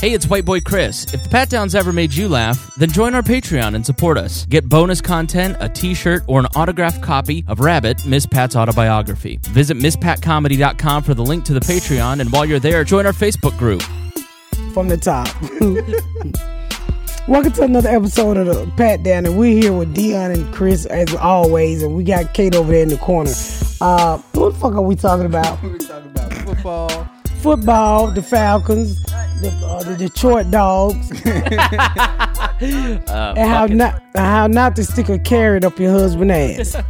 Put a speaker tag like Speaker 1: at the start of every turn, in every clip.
Speaker 1: Hey, it's White Boy Chris. If the Pat Downs ever made you laugh, then join our Patreon and support us. Get bonus content, a t shirt, or an autographed copy of Rabbit, Miss Pat's autobiography. Visit MissPatComedy.com for the link to the Patreon, and while you're there, join our Facebook group.
Speaker 2: from the top. Welcome to another episode of the Pat Down, and we're here with Dion and Chris as always, and we got Kate over there in the corner. Uh, what the fuck are we talking about?
Speaker 3: We talking about football.
Speaker 2: Football, the Falcons, the, uh, the Detroit Dogs, and how not how not to stick a carrot up your husband's ass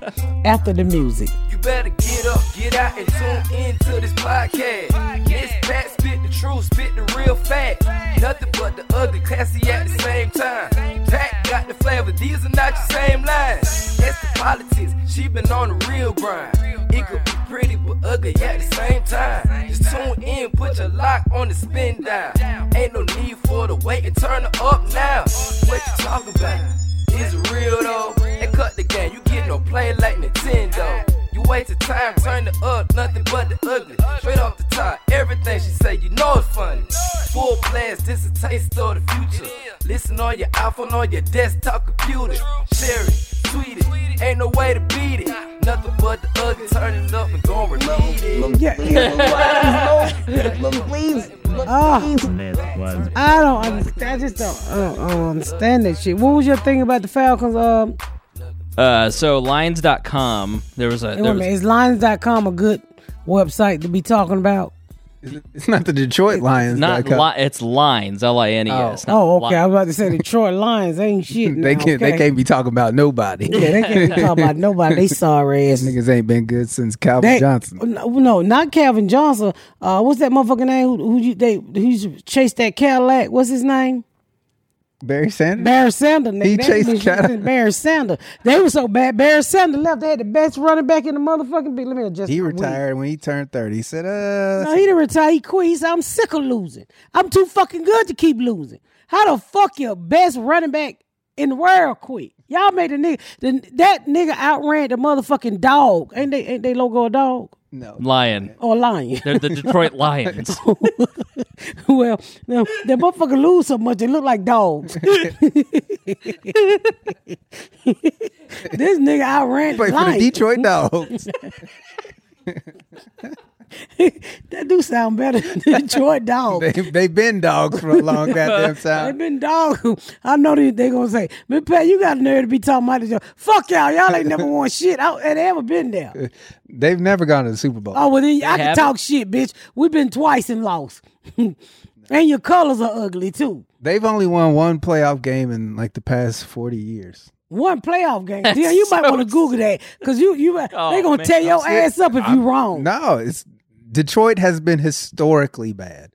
Speaker 2: after the music.
Speaker 4: You better get up, get out, and tune in to this podcast. It's Pat spit the truth, spit the real fact. Nothing but the ugly, classy at the same time. Pat got the flavor, these are not your same lines. That's the politics, she been on the real grind. It could be pretty but ugly at the same time. Just tune in, put your lock on the spin down. Ain't no need for the wait and turn her up now. What you talking about? It's real though. And cut the game, you get no play like Nintendo. You wasted time, turn the up, nothing but the ugly. Straight off the top, everything she say, you know it's funny. Full blast, this a taste of the future. Listen on your iPhone, on your desktop computer. Share it, tweet it, ain't no way to beat it. Nothing but the ugly, turn it up and go and repeat it.
Speaker 2: Yeah, yeah. please, ah. I don't understand. I just don't, I don't, I don't understand that shit. What was your thing about the Falcons? Um,
Speaker 1: Uh, so Lions.com, there was a
Speaker 2: hey, wait a
Speaker 1: there was,
Speaker 2: minute, is Lions.com a good website to be talking about?
Speaker 3: It's not the Detroit Lions.
Speaker 1: not
Speaker 3: dot com.
Speaker 1: li- it's lines L I N E S. not
Speaker 2: Oh, okay.
Speaker 1: li-
Speaker 2: I was about to say Detroit Lions ain't shit.
Speaker 3: They
Speaker 2: now,
Speaker 3: can't. They
Speaker 2: okay?
Speaker 3: can't be talking about nobody.
Speaker 2: Yeah, they can't be talking about nobody. They sorry ass.
Speaker 3: Niggas ain't been good since Calvin
Speaker 2: They-
Speaker 3: Johnson.
Speaker 2: No, no, not Calvin Johnson. Uh, what's that motherfucker name? Who, who you they who you chased that Cadillac? What's his name?
Speaker 3: Barry Sanders.
Speaker 2: Barry Sanders. nigga.
Speaker 3: He
Speaker 2: That
Speaker 3: chased
Speaker 2: bitch
Speaker 3: Cadillac.
Speaker 2: was Barry Sanders. They were so bad. Barry Sanders left. They had the best running back in the motherfucking league. Let me adjust.
Speaker 3: he
Speaker 2: my weed.
Speaker 3: retired when he turned thirty. He said, "Uh,
Speaker 2: No, he didn't retire. He quit. He said, I'm sick of losing. I'm too fucking good to keep losing. How the fuck your best running back in the world quit? Y'all made a nigga. The, that nigga outran the motherfucking dog. Ain't they, ain't they logo a dog?
Speaker 3: no,
Speaker 1: lion.
Speaker 2: Or a lion?
Speaker 1: They're the Detroit Lions.
Speaker 2: well, them, that motherfucker lose so much, they look like dogs. this nigga outran
Speaker 3: play
Speaker 2: the
Speaker 3: for the
Speaker 2: lion.
Speaker 3: Detroit Dogs."
Speaker 2: That do sound better than Detroit dog.
Speaker 3: they they've been dogs for a long goddamn
Speaker 2: They've
Speaker 3: time.
Speaker 2: been dog. I know they they gonna say, "Man, Pat, you got a nerve to be talking about this." Show. Fuck y'all. Y'all ain't never won shit. I ain't ever been there.
Speaker 3: They've never gone to the Super Bowl.
Speaker 2: Oh well, then I can
Speaker 1: haven't?
Speaker 2: talk shit, bitch. We've been twice and lost, and your colors are ugly too.
Speaker 3: They've only won one playoff game in like the past forty years.
Speaker 2: One playoff game. Yeah, you might
Speaker 1: so
Speaker 2: want to Google that because you you they
Speaker 1: Oh,
Speaker 2: gonna
Speaker 1: man.
Speaker 2: tear your ass up if you wrong.
Speaker 3: No, it's Detroit has been historically bad.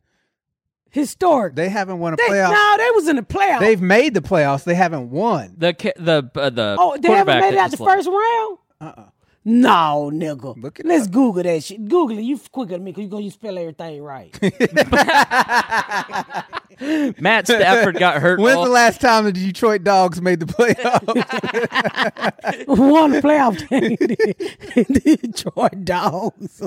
Speaker 2: Historic. They,
Speaker 3: They haven't won a playoff.
Speaker 2: no, they was in the playoff.
Speaker 3: They've made the playoffs. They haven't won.
Speaker 1: the ca- the uh, the
Speaker 2: oh, they haven't
Speaker 1: quarterback
Speaker 2: made it
Speaker 1: that
Speaker 2: out the
Speaker 1: just left.
Speaker 2: first round. No, nigga.
Speaker 3: Look it
Speaker 2: Let's
Speaker 3: up.
Speaker 2: Google that shit. Google it. You quicker than me because you gonna you spell everything right.
Speaker 1: Matt Stafford got hurt.
Speaker 3: When's
Speaker 1: all-
Speaker 3: the last time the Detroit Dogs made the playoffs?
Speaker 2: won the playoff game. Detroit Dogs.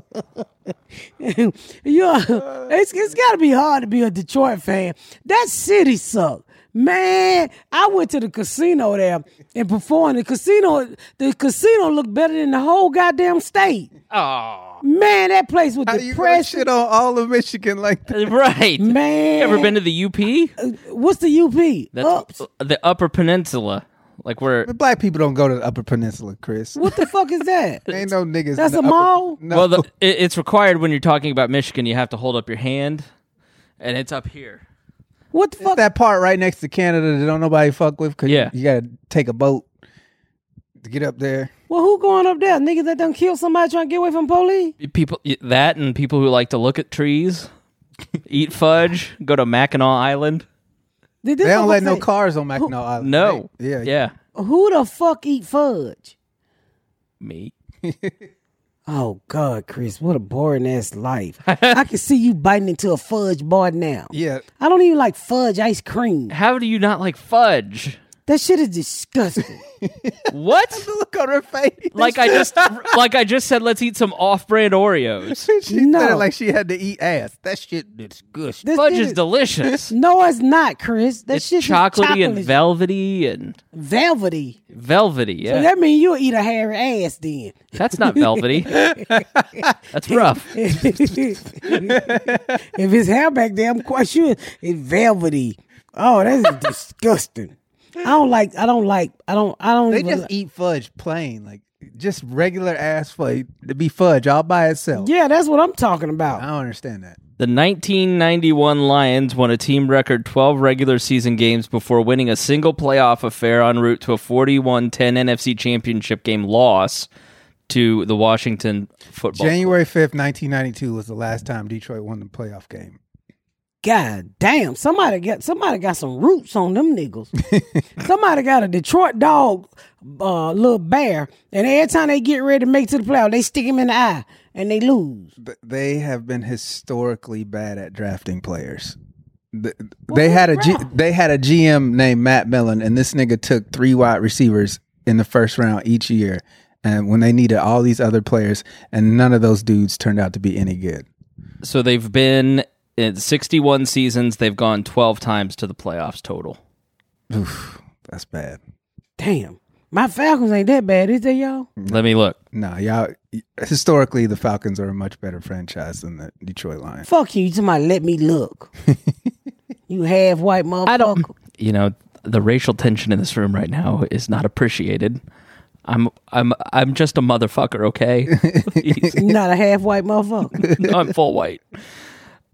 Speaker 2: you are- it's it's got to be hard to be a Detroit fan. That city sucked. Man, I went to the casino there and performed. The casino, the casino looked better than the whole goddamn state.
Speaker 1: Aw.
Speaker 2: Man, that place was
Speaker 3: How you gonna
Speaker 2: depressing.
Speaker 3: shit on all of Michigan like that?
Speaker 1: right.
Speaker 2: Man, Uh,
Speaker 1: You ever been to the UP?
Speaker 2: What's the Uh, UP?
Speaker 1: That's
Speaker 2: Ups.
Speaker 1: the Upper Peninsula, like where.
Speaker 3: The black people don't go to the Upper Peninsula, Chris.
Speaker 2: What the fuck is that?
Speaker 3: Ain't no niggas.
Speaker 2: That's
Speaker 3: in
Speaker 2: a
Speaker 3: the upper-
Speaker 2: mall?
Speaker 3: No.
Speaker 1: Well, the, it, it's required when you're talking about Michigan. You have to hold up your hand, and it's up here.
Speaker 2: What the
Speaker 3: It's
Speaker 2: fuck?
Speaker 3: that part right next to Canada that don't nobody fuck with. 'cause
Speaker 1: Yeah.
Speaker 3: you, gotta take a boat to get up there.
Speaker 2: Well, who going up there? Niggas that done killed somebody trying to get away from police?
Speaker 1: People that and people who like to look at trees, eat fudge, go to Mackinac Island.
Speaker 2: Did this
Speaker 3: They don't let
Speaker 2: motherfucker
Speaker 3: no
Speaker 2: say-
Speaker 3: cars on Mackinac Island.
Speaker 1: No.
Speaker 3: They- yeah,
Speaker 1: Yeah.
Speaker 2: Who the fuck eat fudge?
Speaker 1: Me.
Speaker 2: Oh God, Chris, what a boring ass life. I can see you biting into a fudge bar now.
Speaker 3: yeah.
Speaker 2: I don't even like fudge ice cream.
Speaker 1: How do you not like fudge?
Speaker 2: That shit is disgusting.
Speaker 5: What?
Speaker 3: The look on her face.
Speaker 5: Like I just like I just said, let's eat some off-brand Oreos.
Speaker 3: she said
Speaker 2: No.
Speaker 3: it like she had to eat ass. That shit disgusting.
Speaker 2: This
Speaker 5: Fudge
Speaker 2: shit
Speaker 5: is delicious.
Speaker 2: No, it's not, Chris. That
Speaker 5: It's
Speaker 2: shit
Speaker 5: chocolatey
Speaker 2: is
Speaker 5: and
Speaker 2: chocolate.
Speaker 5: velvety and
Speaker 2: velvety.
Speaker 5: velvety. Yeah,
Speaker 2: So that means you'll eat a hairy ass then.
Speaker 5: that's not velvety. that's rough.
Speaker 2: if his hair back there, I'm quite sure it's velvety. Oh, that's disgusting. I don't like. I don't like. I don't. I don't.
Speaker 3: They
Speaker 2: even
Speaker 3: just
Speaker 2: like-
Speaker 3: eat fudge plain, like just regular ass fudge to be fudge all by itself.
Speaker 2: yeah, that's what I'm talking
Speaker 3: I
Speaker 2: about.
Speaker 3: don't understand that.
Speaker 5: The 1991 Lions won a team record 12 regular season games before winning a single playoff affair en route to a 41-10 NFC Championship game loss to the Washington Football.
Speaker 3: January fifth, nineteen ninety two was the last time Detroit won the playoff game.
Speaker 2: God damn! Somebody got somebody got some roots on them niggas. somebody got a Detroit dog, uh, little bear, and every time they get ready to make it to the playoff, they stick him in the eye and they lose.
Speaker 3: Th- They have been historically bad at drafting players. Th- They had a G- they had a GM named Matt Mellon, and this nigga took three wide receivers in the first round each year, and when they needed all these other players, and none of those dudes turned out to be any good.
Speaker 5: So they've been in 61 seasons. They've gone 12 times to the playoffs total.
Speaker 3: Oof, that's bad.
Speaker 2: Damn, my Falcons ain't that bad, is they, y'all?
Speaker 5: Let me look.
Speaker 3: Nah, y'all. Historically, the Falcons are a much better franchise than the Detroit Lions.
Speaker 2: Fuck you! You somebody let me look. you half white motherfucker. I don't.
Speaker 5: you know the racial tension in this room right now is not appreciated. I'm I'm I'm just a motherfucker, okay? Please.
Speaker 2: You not a half white motherfucker.
Speaker 5: No, I'm full white.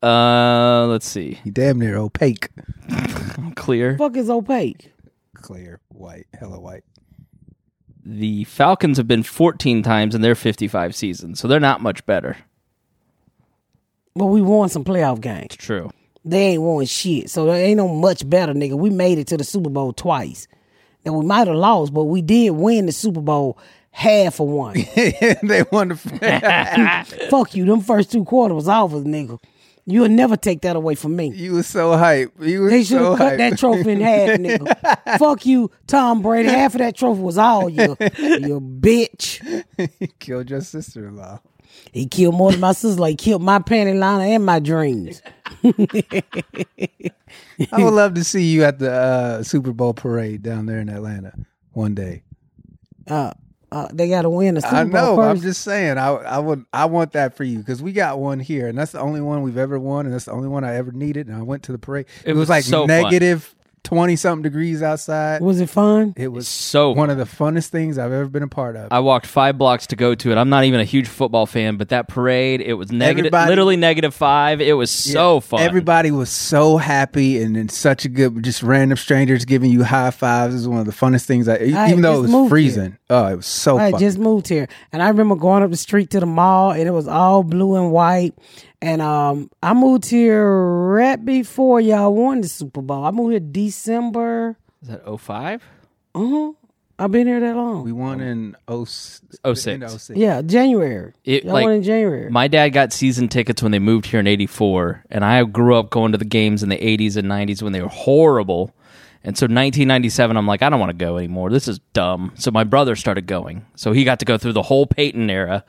Speaker 5: Uh, let's see.
Speaker 3: You damn near opaque.
Speaker 5: Clear.
Speaker 2: Fuck is opaque.
Speaker 3: Clear, white, hella white.
Speaker 5: The Falcons have been 14 times in their 55 seasons, so they're not much better.
Speaker 2: But we won some playoff games.
Speaker 5: True.
Speaker 2: They ain't won shit. So they ain't no much better, nigga. We made it to the Super Bowl twice. And we might have lost, but we did win the Super Bowl half of one.
Speaker 3: they won the.
Speaker 2: Fuck you. Them first two quarters was over, nigga. You'll never take that away from me.
Speaker 3: you was so hype. You was
Speaker 2: They should have
Speaker 3: so
Speaker 2: cut
Speaker 3: hype.
Speaker 2: that trophy in half, nigga. Fuck you, Tom Brady. Half of that trophy was all you, you bitch.
Speaker 3: You killed your sister-in-law.
Speaker 2: He killed more than my sister. Like killed my panty liner and my dreams.
Speaker 3: I would love to see you at the uh, Super Bowl parade down there in Atlanta one day.
Speaker 2: Uh, uh, they got to win the Super
Speaker 3: I
Speaker 2: Bowl
Speaker 3: know.
Speaker 2: first.
Speaker 3: I'm just saying. I I would. I want that for you because we got one here, and that's the only one we've ever won, and that's the only one I ever needed. And I went to the parade. It,
Speaker 5: was
Speaker 3: was, like
Speaker 5: so fun.
Speaker 3: negative twenty something degrees outside.
Speaker 2: was it fun?
Speaker 3: It was
Speaker 5: So
Speaker 3: one of the funnest things I've ever been a part of.
Speaker 5: I walked five blocks to go to it. I'm not even a huge football fan, but that parade, it was negative,
Speaker 3: Everybody-
Speaker 5: literally negative five. It was so fun.
Speaker 3: Everybody was so happy and in such a good, just random strangers giving you high fives is one of the funnest things. I, e-,
Speaker 2: I just
Speaker 3: even though it
Speaker 2: moved
Speaker 3: was freezing, oh, it was so
Speaker 2: I had
Speaker 3: fun.
Speaker 2: just moved here, and I remember going up the street to the mall, and it was all blue and white. And um, I moved here right before y'all won the Super Bowl. I moved here December.
Speaker 5: Is that 05?
Speaker 2: Uh-huh. I've been here that long.
Speaker 3: we won in 06.
Speaker 5: Oh,
Speaker 3: In
Speaker 5: six.
Speaker 3: 06.
Speaker 2: yeah, January.
Speaker 5: It,
Speaker 2: y'all
Speaker 5: like,
Speaker 2: won in January.
Speaker 5: My dad got season tickets when they moved here in 84, and I grew up going to the games in the 80s and 90s when they were horrible. And so 1997, I'm like, I don't want to go anymore. This is dumb. So my brother started going. So he got to go through the whole Peyton era.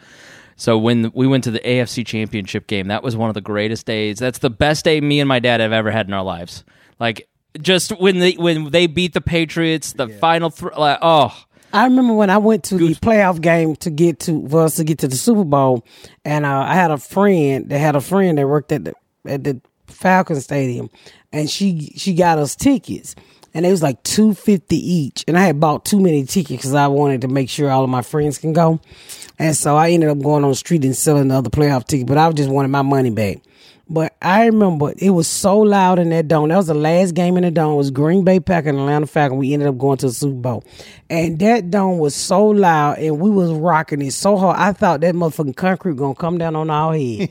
Speaker 5: So when we went to the AFC Championship game, that was one of the greatest days. That's the best day me and my dad have ever had in our lives. Like just when they when they beat the Patriots, the final thr like, oh,
Speaker 2: I remember when I went to the playoff game to get to for us to get to the Super Bowl, and uh, I had a friend that had a friend that worked at the at the Falcon Stadium, and she she got us tickets, and it was like two fifty each, and I had bought too many tickets because I wanted to make sure all of my friends can go, and so I ended up going on the street and selling the other playoff ticket, but I just wanted my money back. But I remember it was so loud in that dome. That was the last game in the dome. It was Green Bay Packers and Atlanta Falcons. We ended up going to the Super Bowl, and that dome was so loud, and we was rocking it so hard. I thought that motherfucking concrete gonna come down on our head.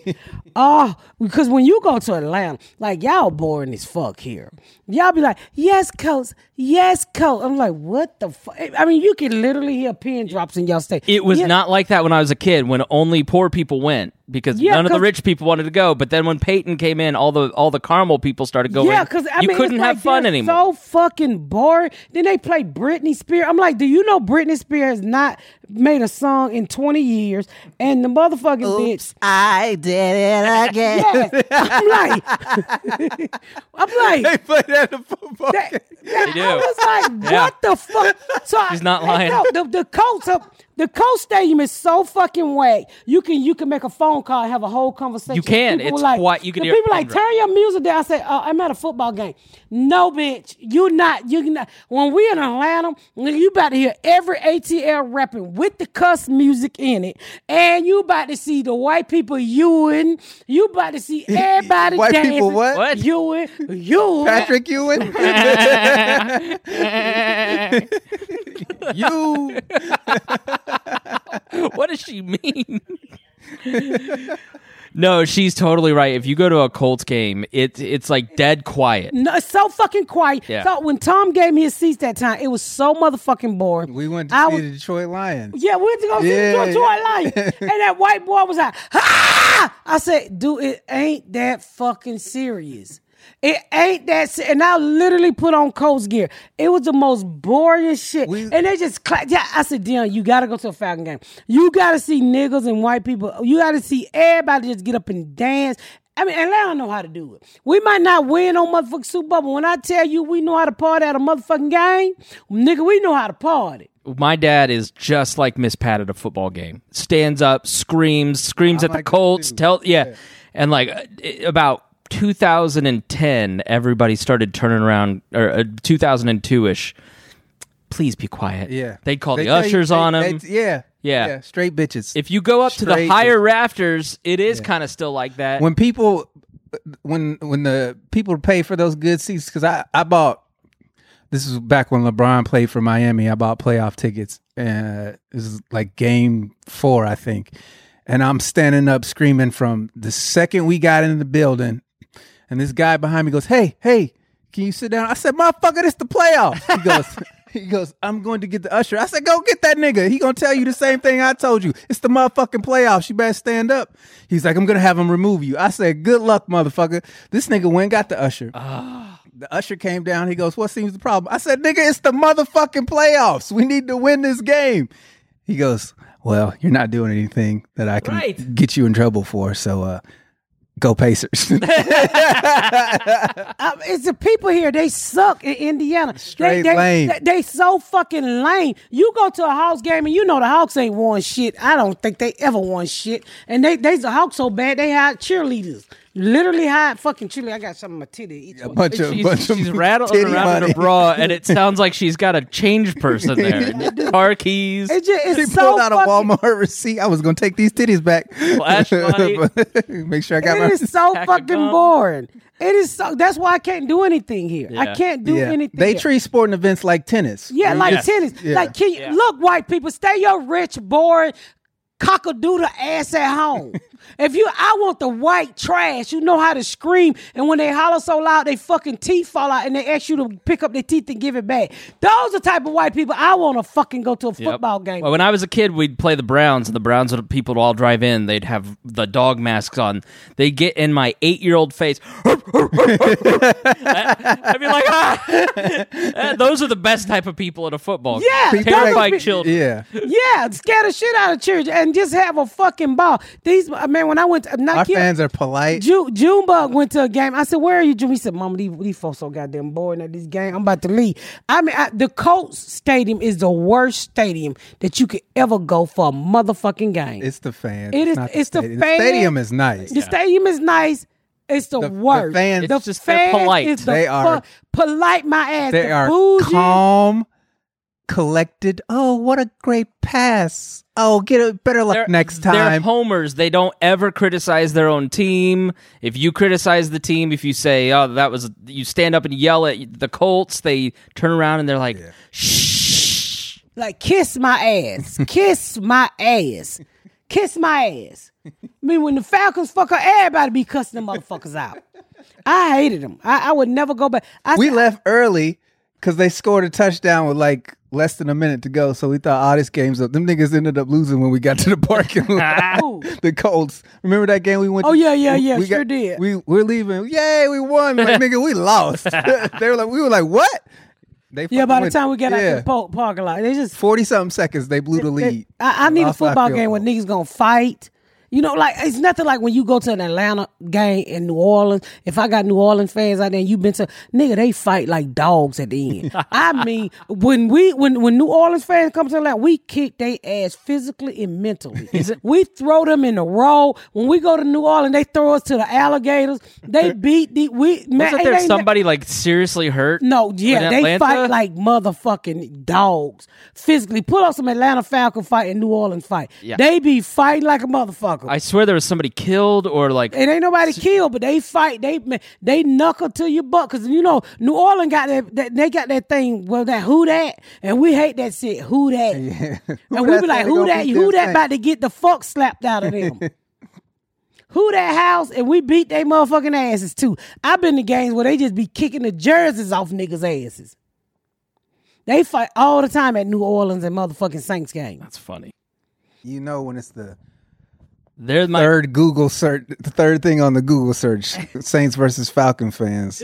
Speaker 2: oh, because when you go to Atlanta, like y'all boring as fuck here. Y'all be like, "Yes, coach. Yes, coach." I'm like, "What the fuck?" I mean, you can literally hear pin drops in y'all state.
Speaker 5: It was
Speaker 2: Yeah.
Speaker 5: not like that when I was a kid when only poor people went. because
Speaker 2: Yeah,
Speaker 5: none of the
Speaker 2: 'cause-
Speaker 5: rich people wanted to go. But then when Peyton came in, all the all the Carmel people started going.
Speaker 2: Yeah, because I
Speaker 5: you
Speaker 2: mean,
Speaker 5: couldn't
Speaker 2: it's
Speaker 5: have
Speaker 2: like
Speaker 5: fun
Speaker 2: they're
Speaker 5: anymore.
Speaker 2: So fucking boring. Then they play Britney Spears. I'm like, do you know Britney Spears has not made a song in 20 years? And the motherfucking bitch.
Speaker 6: I did it again.
Speaker 2: Yes. I'm like, I'm like,
Speaker 3: play that in football.
Speaker 2: that, that-
Speaker 5: do.
Speaker 2: I was like,
Speaker 5: Yeah.
Speaker 2: what the fuck? So I-
Speaker 5: She's not
Speaker 2: and
Speaker 5: lying.
Speaker 2: No, the the Colts up. The Colts Stadium is so fucking whack. You can you can make a phone call and have a whole conversation.
Speaker 5: You can.
Speaker 2: People
Speaker 5: It's
Speaker 2: like,
Speaker 5: quiet. You can
Speaker 2: the
Speaker 5: hear a
Speaker 2: people
Speaker 5: pin
Speaker 2: like
Speaker 5: drop.
Speaker 2: turn your music down. I say uh, I'm at a football game. No, bitch, you not. You not. When we in Atlanta, nigga, you about to hear every ATL rapping with the cuss music in it, and you about to see the white people Ewing. You about to see everybody
Speaker 3: White
Speaker 2: dancing.
Speaker 3: people what?
Speaker 5: What?
Speaker 2: Ewing, Ewing.
Speaker 3: Patrick Ewing. you.
Speaker 5: what does she mean? no, she's totally right. If you go to a Colts game, it's it's like dead quiet.
Speaker 2: No, it's so fucking quiet.
Speaker 5: Yeah.
Speaker 2: So when Tom gave me his seats that time, it was so motherfucking boring.
Speaker 3: We went to
Speaker 2: I
Speaker 3: see
Speaker 2: was-
Speaker 3: the Detroit Lions.
Speaker 2: Yeah, we went to go see
Speaker 3: Yeah,
Speaker 2: the Detroit
Speaker 3: yeah.
Speaker 2: Lions, and that white boy was like, "Ah!" I said, "Dude, it ain't that fucking serious. It ain't that." Se-. And I literally put on Colts gear. It was the most boring shit.
Speaker 3: We-
Speaker 2: and they just clapped. Yeah, I said, "Dion, you gotta go to a Falcon game. You gotta see niggas and white people. You gotta see everybody just get up and dance." I mean, Atlanta know how to do it. We might not win on motherfucking Super Bowl, but when I tell you we know how to party at a motherfucking game, nigga, we know how to party.
Speaker 5: My dad is just like Miss Pat at a football game. Stands up, screams, screams at the
Speaker 3: like that
Speaker 5: Colts.
Speaker 3: too.
Speaker 5: Tell yeah, and like uh, i- about 2010, everybody started turning around or uh, 2002 ish. Please be quiet.
Speaker 3: Yeah.
Speaker 5: they'd call the
Speaker 3: tell you-
Speaker 5: ushers
Speaker 3: they-
Speaker 5: on
Speaker 3: they-
Speaker 5: them.
Speaker 3: yeah.
Speaker 5: Yeah.
Speaker 3: Straight bitches.
Speaker 5: if you go up to the
Speaker 3: Straight-
Speaker 5: higher rafters, it is kind of still like that.
Speaker 3: when people when when the people pay for those good seats because I I bought this is back when LeBron played for Miami. I bought playoff tickets. Uh, this is like game four, I think, and I'm standing up screaming from the second we got in the building, and this guy behind me goes, "Hey, hey, can you sit down?" I said, "Motherfucker, this the playoffs." He goes. He goes, I'm going to get the usher. I said, go get that nigga. He gonna tell you the same thing I told you. It's the motherfucking playoffs. You better stand up. He's like, I'm gonna have him remove you. I said, good luck, motherfucker. This nigga went and got the usher. The usher came down. He goes, "What seems the problem?" I said, "Nigga, it's the motherfucking playoffs. We need to win this game." He goes, "Well, you're not doing anything that I can
Speaker 5: Right.
Speaker 3: get you in trouble for, so uh, go Pacers."
Speaker 2: I- Uh, it's the people here. They suck in Indiana. they,
Speaker 3: Straight
Speaker 2: they,
Speaker 3: lame.
Speaker 2: They, they so fucking lame. You go to a Hawks game and you know the Hawks ain't won shit. I don't think they ever won shit. And they, they the Hawks so bad they hired cheerleaders. Literally hired fucking cheerleaders. I got something in my titty. to eat.
Speaker 3: a bunch of
Speaker 5: she's,
Speaker 3: bunch of
Speaker 5: she's rattling
Speaker 3: titty
Speaker 5: around in
Speaker 3: money.
Speaker 5: her bra, and it sounds like she's got a change person there. Car keys,
Speaker 2: It's just it's
Speaker 3: She
Speaker 2: so
Speaker 3: pulled out a
Speaker 2: fucking-
Speaker 3: Walmart receipt. I was gonna take these titties back.
Speaker 5: Flash money.
Speaker 3: Make sure I got my.
Speaker 2: It is so
Speaker 5: Pack of
Speaker 2: fucking
Speaker 5: gum.
Speaker 2: boring. It is so. That's why I can't do anything here.
Speaker 5: Yeah.
Speaker 2: I can't do
Speaker 3: Yeah.
Speaker 2: anything.
Speaker 3: They
Speaker 2: here.
Speaker 3: treat sporting events like tennis.
Speaker 2: Yeah, like
Speaker 5: Yes.
Speaker 2: tennis.
Speaker 3: Yeah.
Speaker 2: Like, can you,
Speaker 5: Yeah.
Speaker 2: look, white people, stay your rich, boring, cockadoodle ass at home. if you, I want the white trash. You know how to scream, and when they holler so loud, they fucking teeth fall out, and they ask you to pick up their teeth and give it back. Those are the type of white people I want to fucking go to a
Speaker 5: Yep.
Speaker 2: football game.
Speaker 5: Well, when I was a kid, we'd play the Browns, and the Browns would people would all drive in. They'd have the dog masks on. They get in my eight year old face. I'd be like, ah. those are the best type of people at a football. game.
Speaker 2: Yeah, People
Speaker 5: terrified
Speaker 2: like-
Speaker 5: children.
Speaker 3: Yeah.
Speaker 2: yeah, scare the shit out of children and just have a fucking ball. These, I mean, when I went, to, I'm not
Speaker 3: Our
Speaker 2: kidding.
Speaker 3: fans are polite.
Speaker 2: June Junebug went to a game. I said, "Where are you, June?" He said, "Mama, these, these folks so goddamn boring at this game. I'm about to leave." I mean, I, the Colts Stadium is the worst stadium that you could ever go for a motherfucking game.
Speaker 3: It's the fans.
Speaker 2: It is-
Speaker 3: not the
Speaker 2: it's the
Speaker 3: stadium.
Speaker 2: fans.
Speaker 3: stadium is nice.
Speaker 2: the stadium is nice. It's the,
Speaker 3: The- the
Speaker 2: worst.
Speaker 3: fans-
Speaker 2: the
Speaker 5: It's just they're
Speaker 2: fans
Speaker 5: polite.
Speaker 2: is the
Speaker 3: They are-
Speaker 2: fu- polite. My ass.
Speaker 3: They
Speaker 2: The
Speaker 3: are
Speaker 2: bougie.
Speaker 3: calm, collected. Oh, what a great pass! Oh, get a better luck
Speaker 5: They're-
Speaker 3: next
Speaker 5: They're
Speaker 3: time.
Speaker 5: homers. They don't ever criticize their own team. If you criticize the team, if you say, "Oh, that was," you stand up and yell at the Colts. They turn around and they're like, "Shh."
Speaker 2: Like kiss my ass. kiss my ass. Kiss my ass. I mean, when the Falcons fuck up, everybody be cussing the motherfuckers out. I hated them. I, I would never go back. I
Speaker 3: we
Speaker 2: said-
Speaker 3: left early because they scored a touchdown with like less than a minute to go, so we thought all this game's up. Them niggas ended up losing when we got to the parking lot.
Speaker 2: Ooh.
Speaker 3: the Colts. Remember that game we went?
Speaker 2: Oh,
Speaker 3: to-
Speaker 2: yeah, yeah,
Speaker 3: we-
Speaker 2: yeah,
Speaker 3: We
Speaker 2: sure did.
Speaker 3: We we're leaving. Yay, we won. We're like nigga, we lost. they were like, we were like, what? They
Speaker 2: Yeah,
Speaker 3: fucking
Speaker 2: by the
Speaker 3: went-
Speaker 2: time we got out
Speaker 3: yeah.
Speaker 2: to the po- parking lot, they just
Speaker 3: forty something seconds, they blew the lead.
Speaker 2: I, I need a
Speaker 3: Lost by
Speaker 2: football
Speaker 3: field
Speaker 2: game where
Speaker 3: goal.
Speaker 2: niggas gonna fight. You know, like it's nothing like when you go to an Atlanta game in New Orleans. If I got New Orleans fans out there, and you've been to nigga, they fight like dogs at the end. I mean, when we when when New Orleans fans come to Atlanta, we kick they ass physically and mentally. we throw them in the row. When we go to New Orleans, they throw us to the alligators. They beat the we. man,
Speaker 5: Wasn't
Speaker 2: it
Speaker 5: there
Speaker 2: ain't that-
Speaker 5: somebody like seriously hurt?
Speaker 2: no, yeah,
Speaker 5: in
Speaker 2: they
Speaker 5: Atlanta?
Speaker 2: fight like motherfucking dogs. Physically, pull up some Atlanta Falcon fight and New Orleans fight.
Speaker 5: Yeah.
Speaker 2: They be fighting like a motherfucker.
Speaker 5: I swear there was somebody killed or like
Speaker 2: it ain't nobody killed, but they fight. They man, they knuckle to your butt because you know New Orleans got that, that. They got that thing. Well, that who that, and we hate that shit. Who that?
Speaker 3: Who
Speaker 2: and we
Speaker 3: that
Speaker 2: be like,
Speaker 3: say they
Speaker 2: who
Speaker 3: gonna
Speaker 2: that?
Speaker 3: beat
Speaker 2: Who
Speaker 3: them
Speaker 2: that
Speaker 3: Saints?
Speaker 2: about to get the fuck slapped out of them? who that house? And we beat they motherfucking asses too. I've been to games where they just be kicking the jerseys off niggas' asses. They fight all the time at New Orleans and motherfucking Saints games.
Speaker 5: that's funny.
Speaker 3: You know when it's the
Speaker 5: There's my
Speaker 3: third Google search, the third thing on the Google search, Saints versus Falcon fans.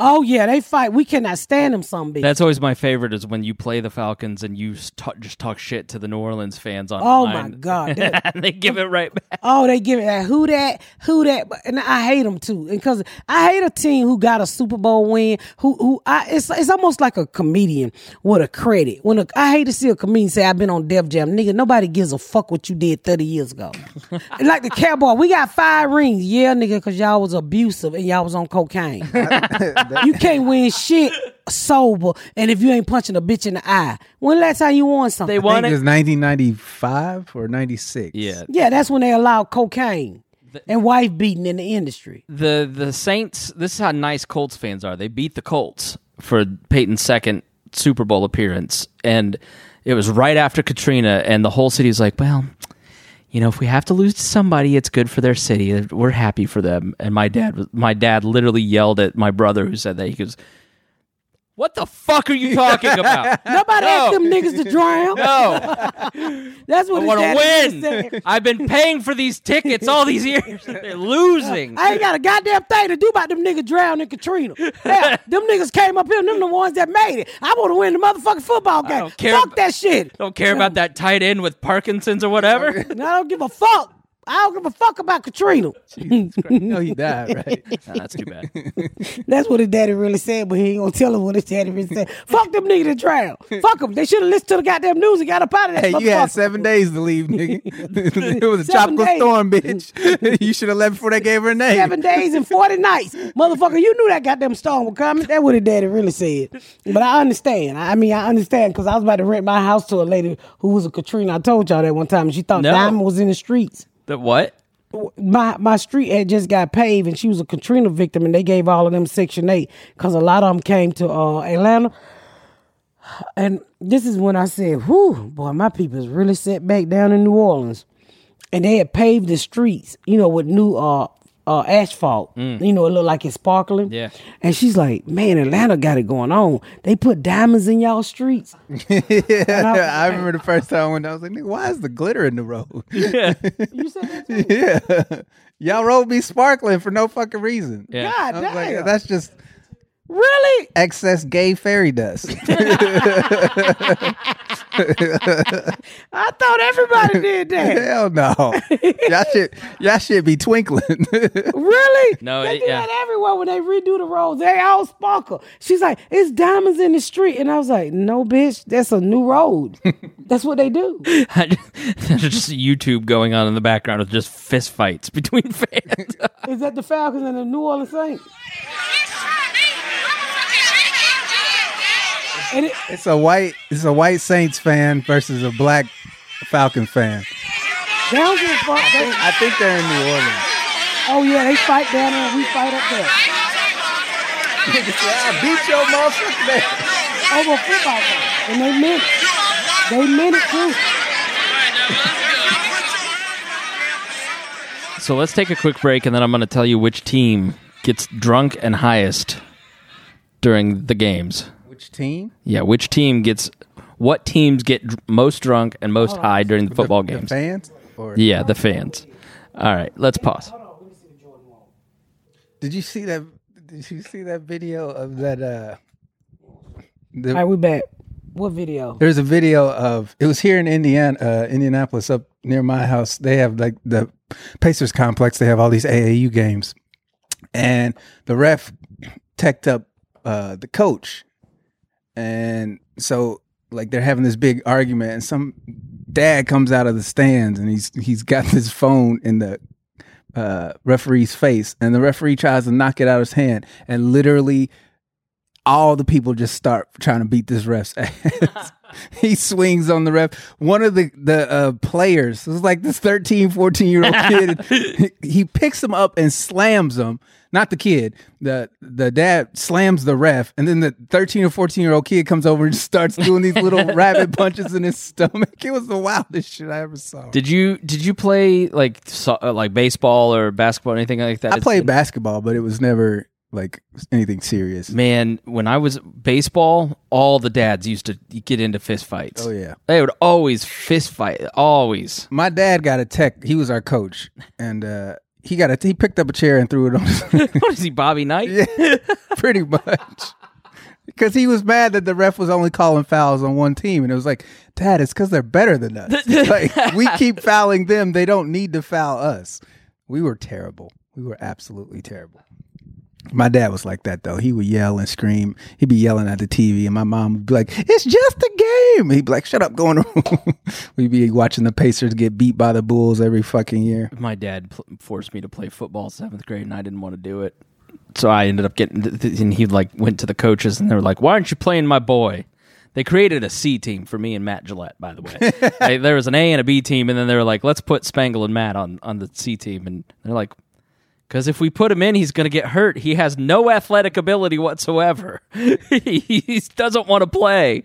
Speaker 2: Oh yeah, they fight. We cannot stand them, some bitch.
Speaker 5: that's always my favorite is when you play the Falcons and you s- ta- just talk shit to the New Orleans fans
Speaker 2: Oh
Speaker 5: online.
Speaker 2: my god. that-
Speaker 5: and they give it right back.
Speaker 2: Oh, they give it that who that who that, but- and I hate them too. And cause I hate a team who got a Super Bowl win. Who who I it's it's almost like a comedian with a credit. When a, I hate to see a comedian say I've been on Def Jam, nigga. Nobody gives a fuck what you did thirty years ago. like the cowboy, we got five rings, yeah, nigga, cause y'all was abusive and y'all was on cocaine. you can't win shit sober, and if you ain't punching a bitch in the eye, when last time you won something?
Speaker 5: They
Speaker 3: I think
Speaker 5: won
Speaker 3: it was
Speaker 5: it.
Speaker 3: 1995 or 96.
Speaker 5: Yeah.
Speaker 2: Yeah, that's when they allow cocaine and wife beating in the industry.
Speaker 5: The the Saints, this is how nice Colts fans are. They beat the Colts for Peyton's second Super Bowl appearance and it was right after Katrina and the whole city was like, "Well, you know, if we have to lose to somebody, it's good for their city. We're happy for them." And my dad was my dad literally yelled at my brother who said that. He goes, "What the fuck are you talking about?"
Speaker 2: Nobody
Speaker 5: No.
Speaker 2: asked them niggas to drown.
Speaker 5: No.
Speaker 2: That's what
Speaker 5: I
Speaker 2: his
Speaker 5: want
Speaker 2: daddy
Speaker 5: to
Speaker 2: said.
Speaker 5: win. I've been paying for these tickets all these years. and They're losing.
Speaker 2: I ain't got a goddamn thing to do about them niggas drowning in Katrina. Hell, them niggas came up here. Them the ones that made it. I want to win the motherfucking football game.
Speaker 5: don't care
Speaker 2: Fuck
Speaker 5: ab-
Speaker 2: that shit.
Speaker 5: Don't care about that tight end with Parkinson's or whatever.
Speaker 2: I don't give a fuck. I don't give a fuck about Katrina.
Speaker 3: No, he died, right?
Speaker 5: Nah, that's too bad.
Speaker 2: That's what his daddy really said, but he ain't gonna tell him what his daddy really said. fuck them niggas that drown. Fuck them. They should have listened to the goddamn news and got up out of that.
Speaker 3: Hey, you had
Speaker 2: motherfucker.
Speaker 3: seven days to leave, nigga. it was a
Speaker 2: Seven
Speaker 3: tropical
Speaker 2: days.
Speaker 3: storm, bitch. you should have left before they gave her a name.
Speaker 2: seven days and 40 nights. Motherfucker, you knew that goddamn storm was coming. That what his daddy really said. But I understand. I I mean, I understand because I was about to rent my house to a lady who was a Katrina. I told y'all that one time. and She thought
Speaker 5: No.
Speaker 2: Diamond was in the streets.
Speaker 5: The what?
Speaker 2: My my street had just got paved and she was a Katrina victim and they gave all of them Section 8 because a lot of them came to uh, Atlanta. And this is when I said, whew, boy, my people's really set back down in New Orleans and they had paved the streets, you know, with new uh uh asphalt.
Speaker 3: Mm.
Speaker 2: You know, it looked like it's sparkling.
Speaker 5: Yeah.
Speaker 2: And she's like, Man, Atlanta got it going on. They put diamonds in y'all streets.
Speaker 3: I remember the first time when I was like, nigga, why is the glitter in the road?
Speaker 2: You said that
Speaker 3: yeah. Y'all road be sparkling for no fucking reason.
Speaker 5: Yeah.
Speaker 2: God
Speaker 3: I was
Speaker 2: damn.
Speaker 3: like, that's just
Speaker 2: really?
Speaker 3: excess gay fairy dust.
Speaker 2: I thought everybody did that.
Speaker 3: Hell no. y'all should y'all should be twinkling.
Speaker 2: Really?
Speaker 5: No,
Speaker 2: they
Speaker 5: it-
Speaker 2: do
Speaker 5: yeah.
Speaker 2: that everywhere when they redo the roads. They all sparkle. She's like, "It's diamonds in the street," and I was like, "No, bitch, that's a new road. that's what they do."
Speaker 5: There's just YouTube going on in the background with just fist fights between fans.
Speaker 2: Is that the Falcons and the New Orleans Saints? And it,
Speaker 3: it's a white it's a white Saints fan versus a black Falcon fan.
Speaker 2: they don't give a fuck. They-
Speaker 3: I think they're in New Orleans.
Speaker 2: Oh yeah, they fight down there and we fight up there
Speaker 3: Nigga said, I beat your motherfucking ass.
Speaker 2: over a football game, and they meant it. They meant it too.
Speaker 5: so let's take a quick break and then I'm going to tell you which team gets drunk and highest during the games.
Speaker 3: Which team?
Speaker 5: Yeah, which team gets what teams get dr- most drunk and most high during the football games?
Speaker 3: fans. Or
Speaker 5: Yeah, the fans. All right, let's pause.
Speaker 3: did you see that? Did you see that video of that? Uh, the,
Speaker 2: All right, we back. What video?
Speaker 3: There's a video of it was here in Indiana, uh, Indianapolis, up near my house. They have like the Pacers complex. They have all these AAU games, and the ref teched up uh, the coach, and so like they're having this big argument, and some dad comes out of the stands, and he's he's got his phone in the uh, referee's face, and the referee tries to knock it out of his hand, and literally all the people just start trying to beat this ref's ass. he swings on the ref. One of the the uh, players, it was like this 13, 14 year old kid, he, he picks him up and slams him. Not the kid, the the dad slams the ref, and then the 13 or 14 year old kid comes over and starts doing these little rabbit punches in his stomach. It was the wildest shit I ever saw.
Speaker 5: Did you did you play like so, uh, like baseball or basketball or anything like that?
Speaker 3: I played basketball, but it was never like anything serious.
Speaker 5: Man, when I was baseball, all the dads used to get into fist fights.
Speaker 3: Oh, yeah.
Speaker 5: They would always fist fight, always.
Speaker 3: my dad got a tech. He was our coach, and uh, he got a he picked up a chair and threw it on
Speaker 5: What is he, Bobby Knight?
Speaker 3: pretty much because he was mad that the ref was only calling fouls on one team, and it was like, Dad, it's because they're better than us. like we keep fouling them; they don't need to foul us. We were terrible. We were absolutely terrible. My dad was like that though. He would yell and scream. He'd be yelling at the TV, and my mom would be like, "It's just a game." He'd be like, "Shut up, go in the room." We'd be watching the Pacers get beat by the Bulls every fucking year.
Speaker 5: my dad pl- forced me to play football seventh grade, and I didn't want to do it. So I ended up getting, th- th- and he like went to the coaches, and they were like, "Why aren't you playing my boy?" They created a C team for me and Matt Gillette, by the way. Like, there was an A and a B team, and then they were like, "Let's put Spangle and Matt on on the C team," and they're like, "Because if we put him in, he's going to get hurt. He has no athletic ability whatsoever. he he doesn't want to play."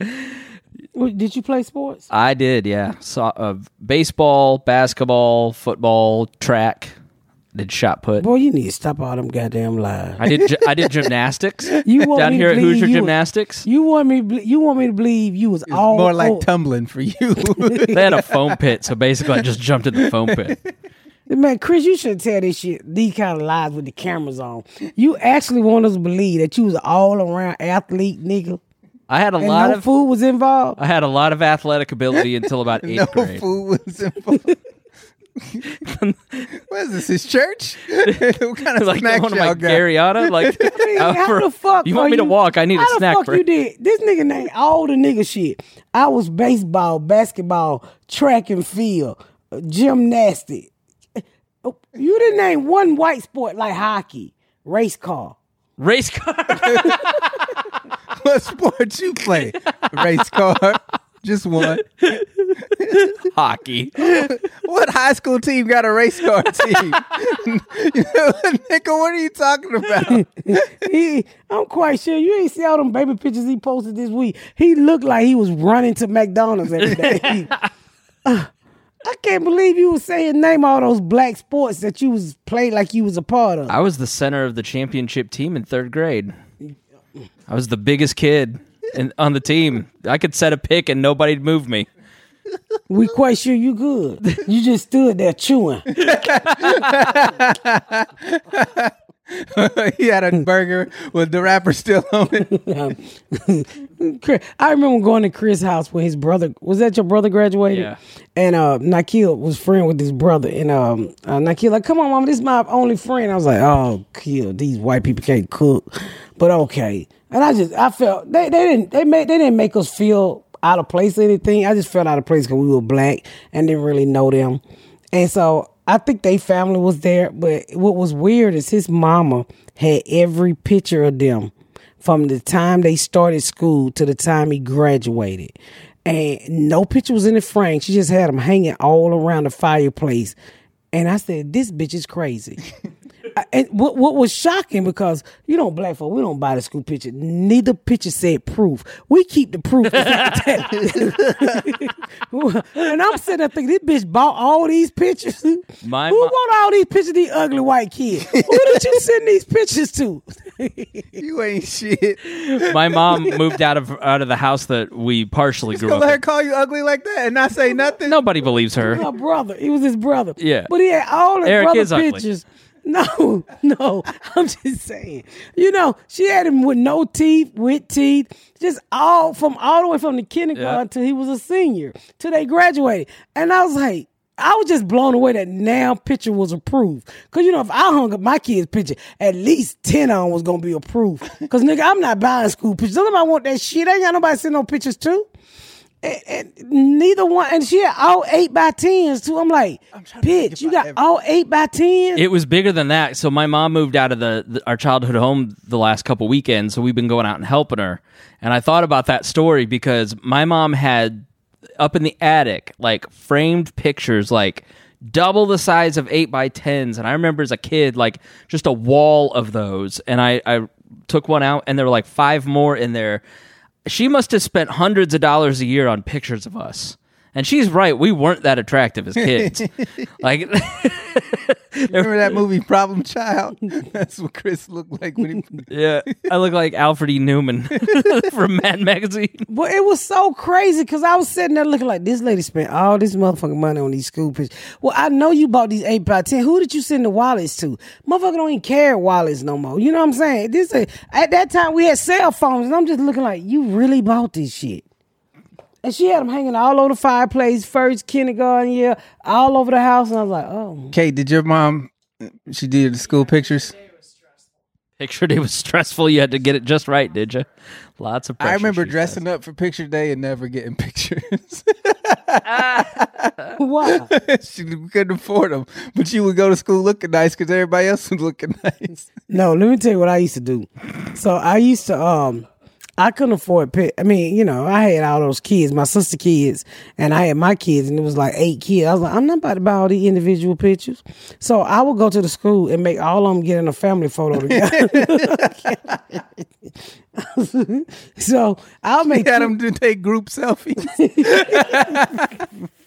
Speaker 2: Wait, Did you play sports?
Speaker 5: I did, yeah. So, uh, baseball, basketball, football, track. Did shot put.
Speaker 2: Boy, you need to stop all them goddamn lies.
Speaker 5: I did. Gi- I did gymnastics
Speaker 2: You want
Speaker 5: down
Speaker 2: me to
Speaker 5: here at
Speaker 2: believe
Speaker 5: Hoosier
Speaker 2: you-
Speaker 5: Gymnastics.
Speaker 2: You want me? to ble- You want me to believe you was
Speaker 3: It's
Speaker 2: all
Speaker 3: more like
Speaker 2: oh,
Speaker 3: tumbling for you.
Speaker 5: They had a foam pit, so basically I just jumped in the foam pit.
Speaker 2: man, Chris. You should tell this shit. These kind of lies with the cameras on. You actually want us to believe that you was all around athlete, nigga,
Speaker 5: I had a
Speaker 2: and
Speaker 5: lot
Speaker 2: no
Speaker 5: of. Uh,
Speaker 2: food was involved.
Speaker 5: I had a lot of athletic ability until about eighth
Speaker 3: no
Speaker 5: grade.
Speaker 3: food was involved. what is this? His church? what kind of
Speaker 5: Like
Speaker 3: snacks
Speaker 5: one of
Speaker 3: y'all
Speaker 5: my
Speaker 3: got?
Speaker 5: Gariana, like
Speaker 2: Nigga, how
Speaker 5: for-
Speaker 2: the fuck
Speaker 5: you want
Speaker 2: are
Speaker 5: me to walk? I need
Speaker 2: how
Speaker 5: a snack
Speaker 2: the fuck
Speaker 5: break.
Speaker 2: you did this nigga named all the nigga shit. I was baseball, basketball, track and field, uh, gymnastic. Oh, You didn't name one white sport like hockey, race car.
Speaker 5: Race car.
Speaker 3: What sport you play? Race car. Just one.
Speaker 5: Hockey.
Speaker 3: What high school team got a race car team? You know, Nigga, what are you talking about?
Speaker 2: He, I'm quite sure you ain't see all them baby pictures he posted this week. He looked like he was running to McDonald's every day. Uh, I can't believe you was saying name all those black sports that you was played like you was a part of.
Speaker 5: I was the center of the championship team in third grade. I was the biggest kid in, on the team. I could set a pick and nobody'd move me.
Speaker 2: We quite sure you good. You just stood there chewing.
Speaker 3: he had a burger with the wrapper still on it.
Speaker 2: Um, Chris- I remember going to Chris' house when his brother was that your brother graduated,
Speaker 5: Yeah.
Speaker 2: and uh, Nakia was friend with his brother, and um, uh, Nakia like, "Come on, mama, this is my only friend." I was like, "Oh, kill these white people can't cook," but okay. And I just I felt they they didn't they made they didn't make us feel out of place or anything. I just felt out of place because we were black and didn't really know them, and so. I think they family was there, but what was weird is his mama had every picture of them from the time they started school to the time he graduated. And no picture was in the frame. She just had them hanging all around the fireplace. And I said, This bitch is crazy. I- and what what was shocking because you know black folk we don't buy the school picture. Neither picture said proof. We keep the proof. and I'm sitting there thinking this bitch bought all these pictures.
Speaker 5: My
Speaker 2: Who
Speaker 5: mo-
Speaker 2: bought all these pictures? of These ugly white kids. Who did you send these pictures to?
Speaker 3: You ain't shit.
Speaker 5: My mom moved out of out of the house that we partially grew
Speaker 3: Gonna
Speaker 5: up.
Speaker 3: let her
Speaker 5: in.
Speaker 3: call you ugly like that and not say nothing?
Speaker 5: Nobody believes her.
Speaker 2: My brother. It was his brother.
Speaker 5: Yeah.
Speaker 2: But he had all his
Speaker 5: Eric
Speaker 2: brother
Speaker 5: is ugly.
Speaker 2: pictures. No, no. I'm just saying. You know, she had him with no teeth, with teeth, just all from all the way from the kindergarten
Speaker 5: Yeah.
Speaker 2: till he was a senior, till they graduated. And I was like, I was just blown away that now picture was approved. Cause you know, if I hung up my kid's picture, at least 10 of them was gonna be approved. Cause nigga, I'm not buying school pictures. Don't nobody want that shit. Ain't got nobody send no pictures too neither one, and she had all eight by tens too. I'm like, bitch, you got all eight by tens.
Speaker 5: It was bigger than that. So my mom moved out of the, the our childhood home the last couple weekends. So we've been going out and helping her. And I thought about that story because my mom had up in the attic like framed pictures like double the size of eight by tens. And I remember as a kid like just a wall of those. And I, I took one out and there were like five more in there. She must have spent hundreds of dollars a year on pictures of us. And she's right. We weren't that attractive as kids. like
Speaker 3: Remember that movie Problem Child? That's what Chris looked like when he.
Speaker 5: Yeah, I look like Alfred E. Newman from Mad Magazine.
Speaker 2: But it was so crazy because I was sitting there looking like this lady spent all this motherfucking money on these school pictures. Well, I know you bought these eight by ten. Who did you send the wallets to? Motherfucker don't even carry wallets no more. You know what I'm saying? This a, at that time we had cell phones, and I'm just looking like you really bought this shit. And she had them hanging all over the fireplace, first kindergarten year, all over the house, and I was like, oh.
Speaker 3: Kate, did your mom? She did the school pictures.
Speaker 5: Pictured it was stressful. You had to get it just right, did you? Lots of pressure.
Speaker 3: I remember
Speaker 5: she
Speaker 3: dressing up for picture day and never getting pictures.
Speaker 2: Wow.
Speaker 3: she couldn't afford them, but she would go to school looking nice because everybody else was looking nice.
Speaker 2: No, let me tell you what I used to do. So I used to um I couldn't afford pit. I mean, you know, I had all those kids, my sister kids, and I had my kids, and it was like eight kids. I was like, I'm not about to buy all the individual pictures. So I would go to the school and make all of them get in a family photo together. so I'll make
Speaker 3: Had them to take group selfies.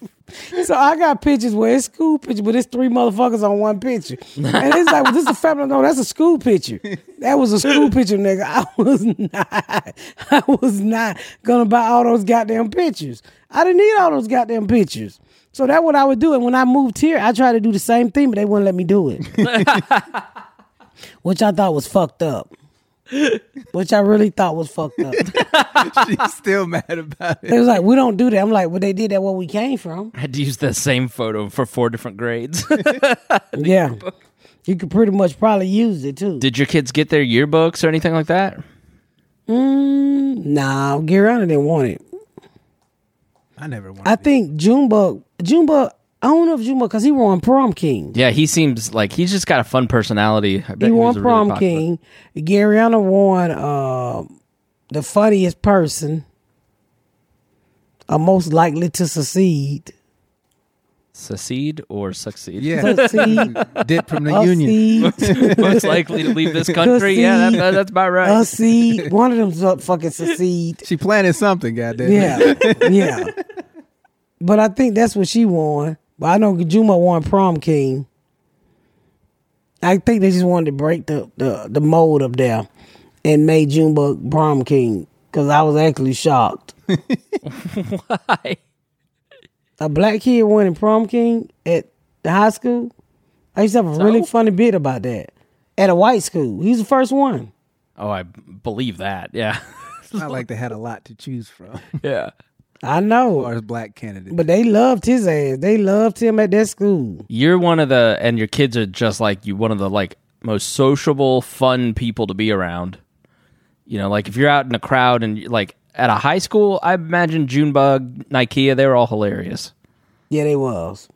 Speaker 2: So I got pictures where it's school picture, but it's three motherfuckers on one picture. And it's like, well, this is a family. No, that's a school picture. That was a school picture, nigga. I was not, I was not gonna buy all those goddamn pictures. I didn't need all those goddamn pictures. So that's what I would do. And when I moved here, I tried to do the same thing, but they wouldn't let me do it. Which I thought was fucked up. Which I really thought was fucked up.
Speaker 3: She's still mad about it.
Speaker 2: They was like, we don't do that. I'm like, well, they did that where we came from.
Speaker 5: I had to use the same photo for four different grades.
Speaker 2: Yeah. You could pretty much probably use it too.
Speaker 5: Did your kids get their yearbooks or anything like that?
Speaker 2: Mm, nah, Gariana didn't want it.
Speaker 3: I never wanted.
Speaker 2: I think Junebug, Junebug, I don't know if Junebug, because he wore on Prom King.
Speaker 5: Yeah, he seems like he's just got a fun personality. I bet
Speaker 2: he wore
Speaker 5: was
Speaker 2: on
Speaker 5: a really
Speaker 2: Prom
Speaker 5: popular-
Speaker 2: King. Gariana won uh, the funniest person, or most likely to succeed.
Speaker 5: Secede or succeed?
Speaker 3: yeah,
Speaker 2: Succeed,
Speaker 3: dip from the union.
Speaker 2: succeed,
Speaker 5: Most likely to leave this country. Yeah, that,
Speaker 2: Secede.
Speaker 5: that's about right.
Speaker 2: succeed. One of them's up fucking succeed.
Speaker 3: She planted something. Goddamn.
Speaker 2: Yeah, yeah. But I think that's what she won. But I know Juma won prom king. I think they just wanted to break the the, the mold up there and made Juma prom king because I was actually shocked.
Speaker 5: Why?
Speaker 2: A black kid winning prom king at the high school. I used to have a really funny bit about that at a white school. He was the first one.
Speaker 5: Oh, I believe that. Yeah.
Speaker 3: It's not like they had a lot to choose from as
Speaker 5: yeah.
Speaker 2: I know,
Speaker 3: far as black candidates.
Speaker 2: but they loved his ass. They loved him at that school.
Speaker 5: you're one of the and your kids are just like you one of the like most sociable fun people to be around you know like if you're out in a crowd and you- like at a high school i imagine junebug nikea they were all hilarious
Speaker 2: Yeah, they was.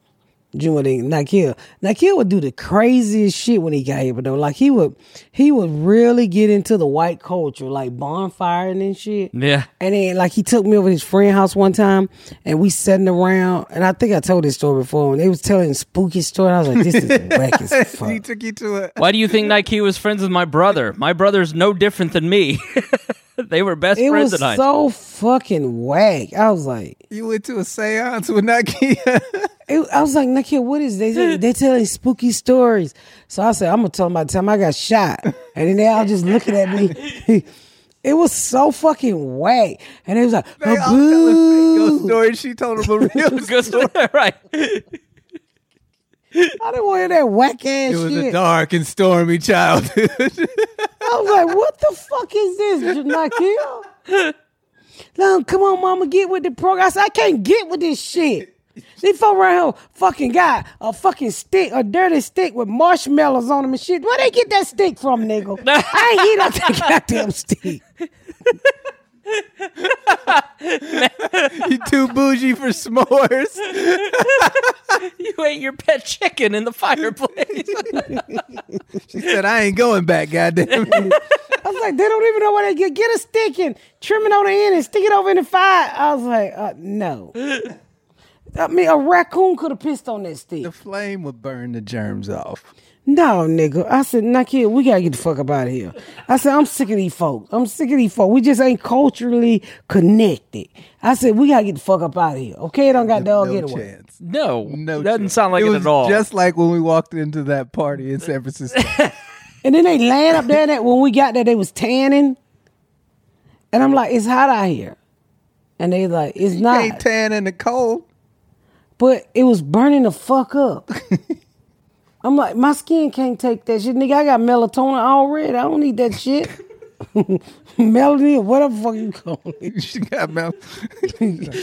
Speaker 2: Juma didn't Nakil. Nakil would do the craziest shit when he got here, but though, like he would, he would really get into the white culture, like bonfiring and shit.
Speaker 5: Yeah.
Speaker 2: And then like he took me over to his friend house one time and we sitting around and I think I told this story before and they was telling spooky story. And I was like, this is whack as fuck.
Speaker 3: He took you to it.
Speaker 5: Why do you think Nike was friends with my brother? My brother's no different than me. they were best
Speaker 2: It
Speaker 5: friends
Speaker 2: was
Speaker 5: at night.
Speaker 2: so fucking whack. I was like,
Speaker 3: You went to a seance with Nakia.
Speaker 2: it, I was like, Nakia, what is this? They, they telling spooky stories. So I said, I'm gonna tell them by the time I got shot. And then they all just looking at me. it was so fucking whack. And it was like,
Speaker 3: They all telling fake
Speaker 2: "Boo."
Speaker 3: story. She told him a real
Speaker 5: Good story, right?
Speaker 2: I didn't want to hear that whack ass
Speaker 3: It was
Speaker 2: shit.
Speaker 3: a dark and stormy childhood.
Speaker 2: I was like, what the fuck is this, Nakia? Now, come on, mama, get with the program. I said, I can't get with this shit. These folk around here fucking got a fucking stick, a dirty stick with marshmallows on them and shit. Where they get that stick from, nigga? I ain't eat up that goddamn stick.
Speaker 3: you too bougie for s'mores.
Speaker 5: you ate your pet chicken in the fireplace.
Speaker 3: She said, I ain't going back, goddamn. it."
Speaker 2: I was like, they don't even know where they get. Get a stick and trim it on the end and stick it over in the fire. I was like, uh, no. I mean, a raccoon could have pissed on that stick.
Speaker 3: the flame would burn the germs off.
Speaker 2: No, nigga. I said, nah, kid, we gotta get the fuck up out of here. I said, I'm sick of these folks. I'm sick of these folks. We just ain't culturally connected. I said, we gotta get the fuck up out of here. Okay, it don't got dog
Speaker 3: no
Speaker 2: get away.
Speaker 3: chance.
Speaker 5: no,
Speaker 3: No,
Speaker 5: doesn't
Speaker 3: chance.
Speaker 5: sound like it,
Speaker 3: was
Speaker 5: at all.
Speaker 3: Just like when we walked into that party in San Francisco.
Speaker 2: And then they land up there that when we got there, they was tanning. And I'm like, it's hot out here. And they like, it's
Speaker 3: you
Speaker 2: not.
Speaker 3: can't tan in the cold.
Speaker 2: but it was burning the fuck up. I'm like, my skin can't take that shit, nigga. I got melatonin already. I don't need that shit. Melanie or whatever the fuck you call it.
Speaker 3: she got mouth.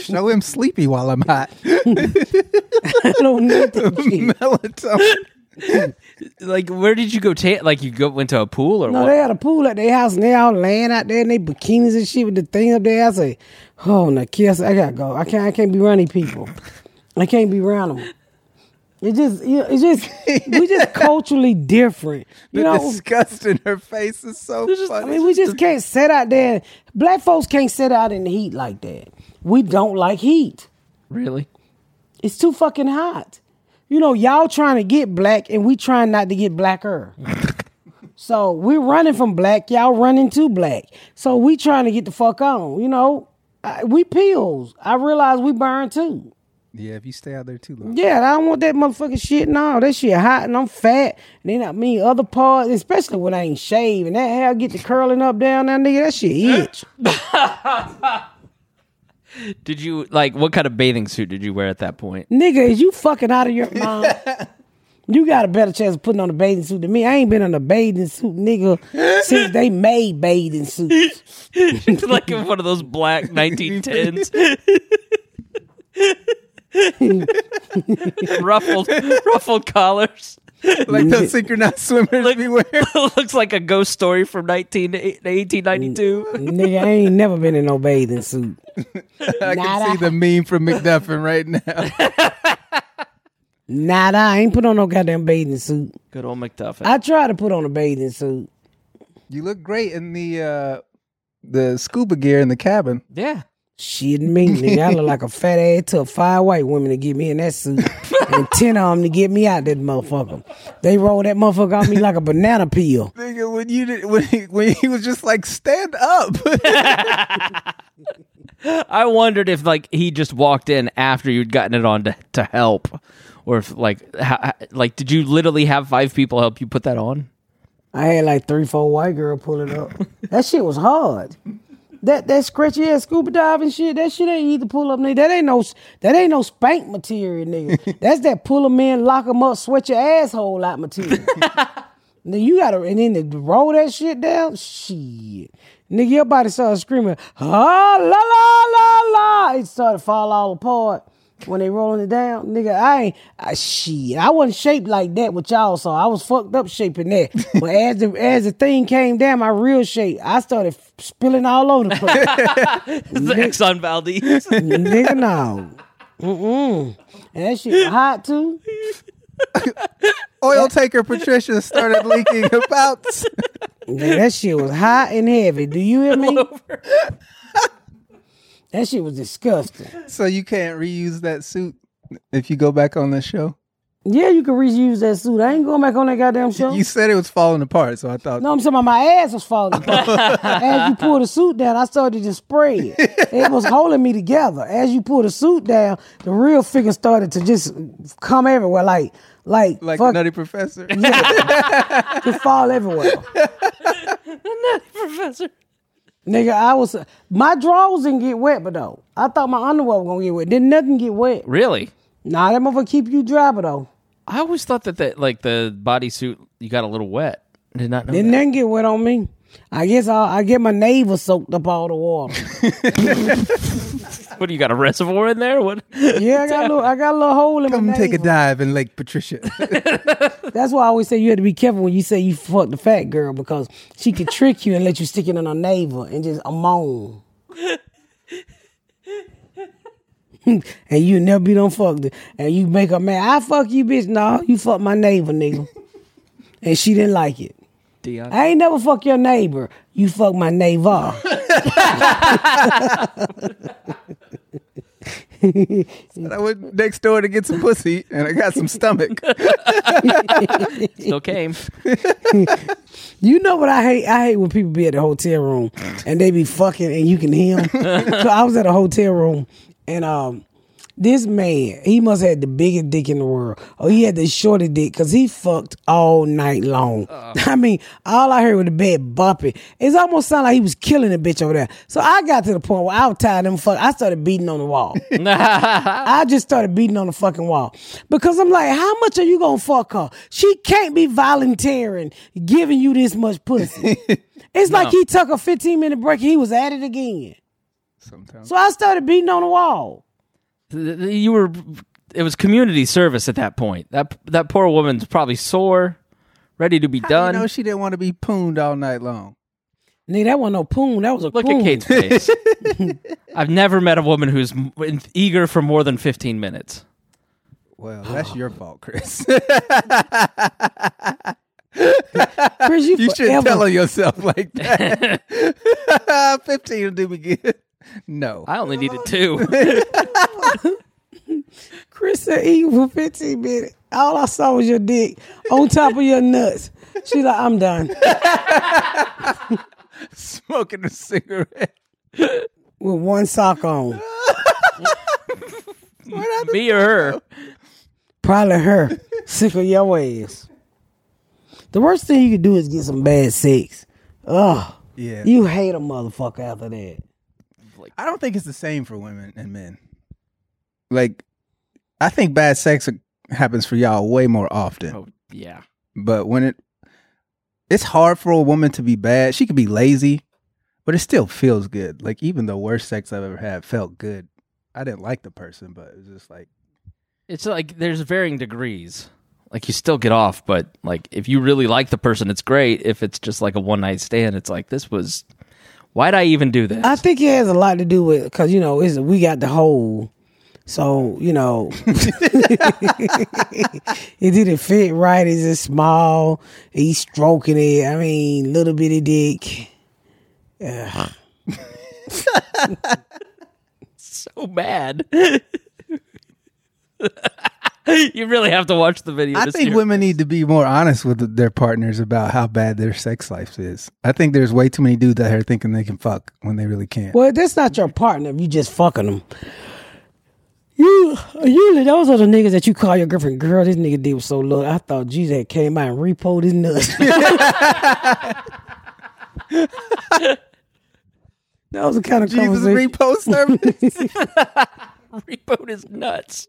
Speaker 3: Show him sleepy while I'm hot.
Speaker 2: I don't need that shit.
Speaker 3: Melatonin.
Speaker 5: like, where did you go? Ta- like, you go went to a pool or
Speaker 2: No,
Speaker 5: what?
Speaker 2: they had a pool at their house and they all laying out there in their bikinis and shit with the thing up there. I say, oh no, kiss, I gotta go. I can't I can't be around these people. I can't be around them. It just you know, it's just we just culturally different. You
Speaker 3: The
Speaker 2: know
Speaker 3: disgust in her face is so
Speaker 2: I
Speaker 3: funny.
Speaker 2: mean we just can't sit out there. Black folks can't sit out in the heat like that. We don't like heat.
Speaker 5: Really?
Speaker 2: It's too fucking hot. You know, y'all trying to get black and we trying not to get blacker. so we're running from black, y'all running to black. So we trying to get the fuck on. You know, I, we pills. I realize we burn too.
Speaker 3: yeah, if you stay out there too long.
Speaker 2: Yeah, I don't want that motherfucking shit. No, that shit hot and I'm fat. And then I mean other parts, especially when I ain't shaved and that hair get to curling up down there, nigga. That shit itch.
Speaker 5: Did you like what kind of bathing suit did you wear at that point?
Speaker 2: Nigga, is you fucking out of your mind? you got a better chance of putting on a bathing suit than me. I ain't been on a bathing suit, nigga, since they made bathing suits.
Speaker 5: like in one of those black 1910s. ruffled ruffled collars.
Speaker 3: Like those synchronized swimmers
Speaker 5: Look-
Speaker 3: be wearing.
Speaker 5: Looks like a ghost story from 19 1892.
Speaker 2: nigga, I ain't never been in no bathing suit.
Speaker 3: I
Speaker 2: Nada.
Speaker 3: can see the meme from McDuffin right now.
Speaker 2: Nah, nah, I ain't put on no goddamn bathing suit.
Speaker 5: Good old McDuffin.
Speaker 2: I tried to put on a bathing suit.
Speaker 3: You look great in the uh the scuba gear in the cabin.
Speaker 5: yeah.
Speaker 2: Shit, me, nigga. I look like a fat ass took five white women to get me in that suit and 10 of them to get me out that motherfucker. They rolled that motherfucker on me like a banana peel.
Speaker 3: Nigga, when you did, when he, when he was just like stand up.
Speaker 5: I wondered if like he just walked in after you'd gotten it on to, to help or if like ha, like did you literally have five people help you put that on?
Speaker 2: I had like three, four white girl pull it up. that shit was hard. That that scratchy ass scuba diving shit. That shit ain't either pull up nigga. That ain't no that ain't no spank material, nigga. That's that pull 'em in, lock 'em up, sweat your asshole out material. Then you gotta and then to roll that shit down. Shit, nigga, your body started screaming, ah la la la la. It started to fall all apart when they rolling it down. Nigga, I ain't I, shit. I wasn't shaped like that. What y'all saw, I was fucked up shaping that. But as the as the thing came down, my real shape, I started f- spilling all over the place.
Speaker 5: The Exxon Valdez.
Speaker 2: nigga, no. And that shit hot too.
Speaker 3: Oil taker Patricia started leaking about.
Speaker 2: Yeah, that shit was hot and heavy. Do you hear me? that shit was disgusting.
Speaker 3: So you can't reuse that suit if you go back on the show.
Speaker 2: Yeah, you can reuse that suit. I ain't going back on that goddamn show.
Speaker 3: You said it was falling apart, so I thought.
Speaker 2: No, I'm talking about my ass was falling apart. As you pulled the suit down, I started to spread. It was holding me together. As you pulled the suit down, the real figure started to just come everywhere, like like,
Speaker 3: Like
Speaker 2: fuck,
Speaker 3: Nutty Professor.
Speaker 2: to fall everywhere.
Speaker 5: Professor.
Speaker 2: Nigga, I was my drawers didn't get wet, but though I thought my underwear was gonna get wet. Didn't nothing get wet.
Speaker 5: Really?
Speaker 2: Nah, that motherfucker keep you dry, but though
Speaker 5: I always thought that that like the bodysuit you got a little wet. I did not know.
Speaker 2: didn't
Speaker 5: that.
Speaker 2: nothing get wet on me. I guess I, I get my navel soaked up all the water.
Speaker 5: What do you got a reservoir in there? What?
Speaker 2: Yeah, I got a little, I got a little hole in
Speaker 3: Come
Speaker 2: my
Speaker 3: take a
Speaker 2: navel.
Speaker 3: dive in Lake Patricia.
Speaker 2: That's why I always say you had to be careful when you say you fucked the fat girl because she could trick you and let you stick it in her navel and just a moan. and you never be done fucked it. And you make her mad. I fuck you, bitch. No, you fuck my neighbor, nigga. and she didn't like it.
Speaker 5: Dion.
Speaker 2: I ain't never fuck your neighbor. You fuck my neighbor.
Speaker 3: And I went next door to get some pussy, and I got some stomach.
Speaker 5: Still came.
Speaker 2: You know what I hate? I hate when people be at the hotel room and they be fucking and you can hear them. so I was at a hotel room and um, this man, he must have had the biggest dick in the world. Oh, he had the shortest dick because he fucked all night long. I mean, all I heard was the bed bumping. It's almost sounded like he was killing the bitch over there. So I got to the point where I was tired of them fuck. I started beating on the wall. I just started beating on the fucking wall because I'm like, how much are you gonna fuck her? She can't be volunteering giving you this much pussy. it's like he took a 15 minute break. And he was at it again.
Speaker 3: Sometimes.
Speaker 2: So I started beating on the wall.
Speaker 5: Th- th- You were. It was community service at that point. That that poor woman's probably sore, ready to be
Speaker 3: You
Speaker 5: done.
Speaker 3: know she didn't want to be pooned all night long.
Speaker 2: Nigga, that wasn't no poon. That was a
Speaker 5: Look
Speaker 2: poon.
Speaker 5: at Kate's face. I've never met a woman who's m- in- eager for more than fifteen minutes.
Speaker 3: Well, that's your fault, Chris.
Speaker 2: Chris, you,
Speaker 3: you shouldn't
Speaker 2: forever-
Speaker 3: tell on yourself like that. Fifteen will do me good. No,
Speaker 5: I only needed two.
Speaker 2: Chris said eat for 15 minutes. All I saw was your dick on top of your nuts. She like, I'm done.
Speaker 3: smoking a cigarette.
Speaker 2: With one sock on.
Speaker 5: Me or her.
Speaker 2: Probably her. Sick of your ass. The worst thing you can do is get some bad sex. Ugh.
Speaker 3: Yeah,
Speaker 2: You hate a motherfucker after that.
Speaker 3: I don't think it's the same for women and men. Like, I think bad sex happens for y'all way more often.
Speaker 5: Oh yeah.
Speaker 3: But when it, it's hard for a woman to be bad. She could be lazy, but it still feels good. Like even the worst sex I've ever had felt good. I didn't like the person, but it was just like
Speaker 5: It's like there's varying degrees. Like you still get off, but like if you really like the person, it's great. If it's just like a one night stand, it's like this was. Why'd I even do this?
Speaker 2: I think it has a lot to do with because you know it's, we got the whole, so you know it didn't fit right. It's just small. He's stroking it. I mean, little bitty dick. Ugh.
Speaker 5: so bad. you really have to watch the video.
Speaker 3: I
Speaker 5: to see
Speaker 3: think
Speaker 5: her-
Speaker 3: women need to be more honest with their partners about how bad their sex life is. I think there's way too many dudes out here thinking they can fuck when they really can't.
Speaker 2: Well, that's not your partner. if You just fucking them. You usually those are the niggas that you call your girlfriend. Girl, this nigga did was so low. I thought Jesus had came out and repoed his nuts. that was the kind of
Speaker 3: Jesus
Speaker 2: conversation.
Speaker 3: repost service.
Speaker 5: Repoed is nuts.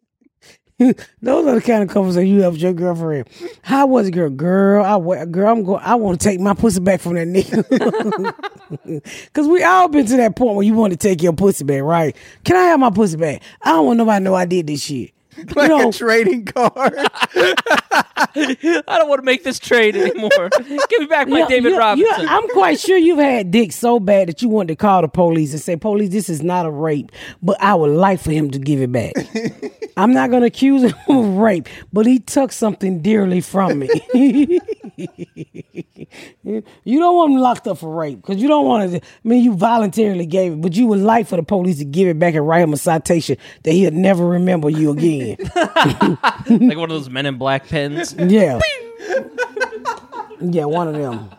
Speaker 2: Those are the kind of conversations you have with your girlfriend. How was it, girl? Girl, I wa- girl, I'm going. I want to take my pussy back from that nigga. Cause we all been to that point where you want to take your pussy back, right? Can I have my pussy back? I don't want nobody to know I did this shit.
Speaker 3: like
Speaker 2: know-
Speaker 3: a trading card.
Speaker 5: I don't want to make this trade anymore. Give me back my
Speaker 2: You-
Speaker 5: David
Speaker 2: you- you-
Speaker 5: Robinson.
Speaker 2: I'm quite sure you've had dick so bad that you wanted to call the police and say, "Police, this is not a rape, but I would like for him to give it back." I'm not going to accuse him of rape, but he took something dearly from me. you don't want him locked up for rape because you don't want to. I mean, you voluntarily gave it, but you would like for the police to give it back and write him a citation that he'll never remember you again.
Speaker 5: like one of those Men in Black pens.
Speaker 2: Yeah. yeah, one of them.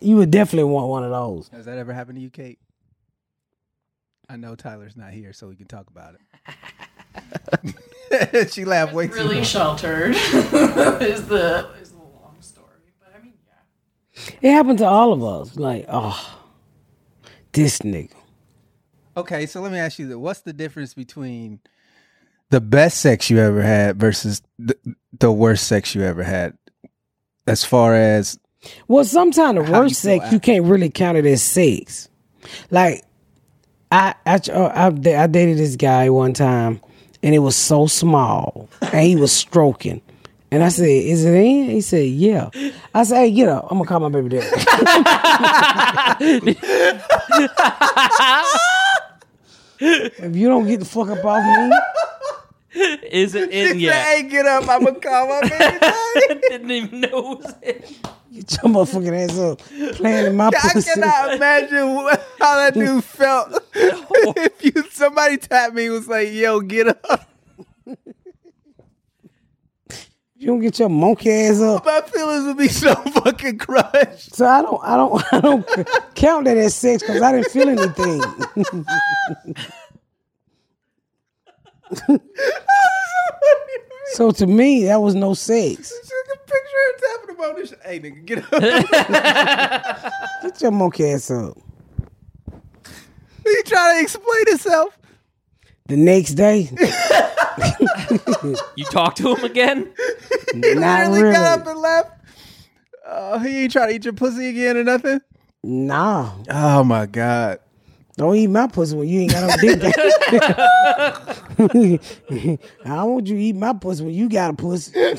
Speaker 2: You would definitely want one of those.
Speaker 3: Has that ever happened to you, Kate? I know Tyler's not here, so we can talk about it. she laughed way too
Speaker 7: really sheltered is the is the long story. But I mean, yeah.
Speaker 2: It happened to all of us. Like, oh, this nigga.
Speaker 3: Okay, so let me ask you this. What's the difference between the best sex you ever had versus the, the worst sex you ever had? As far as
Speaker 2: Well, sometimes the
Speaker 3: How you
Speaker 2: worst
Speaker 3: feel
Speaker 2: sex you can't really count it as sex. Like, I I, uh, I I dated this guy one time, and it was so small, and he was stroking. And I said, "Is it in?" He said, "Yeah." I said, "Hey, get up! I'm gonna call my baby daddy." if you don't get the fuck up off me,
Speaker 5: Is it in yet?
Speaker 3: hey, get up, I'm gonna call my baby. daddy.
Speaker 5: Didn't even know it was in.
Speaker 2: get your motherfucking ass up, playing in my
Speaker 3: I
Speaker 2: pussy.
Speaker 3: cannot imagine what, how that dude felt if you somebody tapped me and was like, "Yo, get up."
Speaker 2: You don't get your monkey ass up.
Speaker 3: My feelings would be so fucking crushed.
Speaker 2: So I don't, I don't, I don't count that as sex because I didn't feel anything. so to me, that was no sex.
Speaker 3: Just a picture of tapping him on this. Hey, nigga, get up.
Speaker 2: Get your monkey ass up.
Speaker 3: he trying to explain himself.
Speaker 2: The next day,
Speaker 5: You talk to him again?
Speaker 2: not
Speaker 3: really,
Speaker 2: really.
Speaker 3: got up and left. Oh, he ain't trying to eat your pussy again or nothing.
Speaker 2: Nah,
Speaker 3: Oh my god.
Speaker 2: don't eat my pussy when you ain't got no dick. I don't want you to eat my pussy when you got a pussy.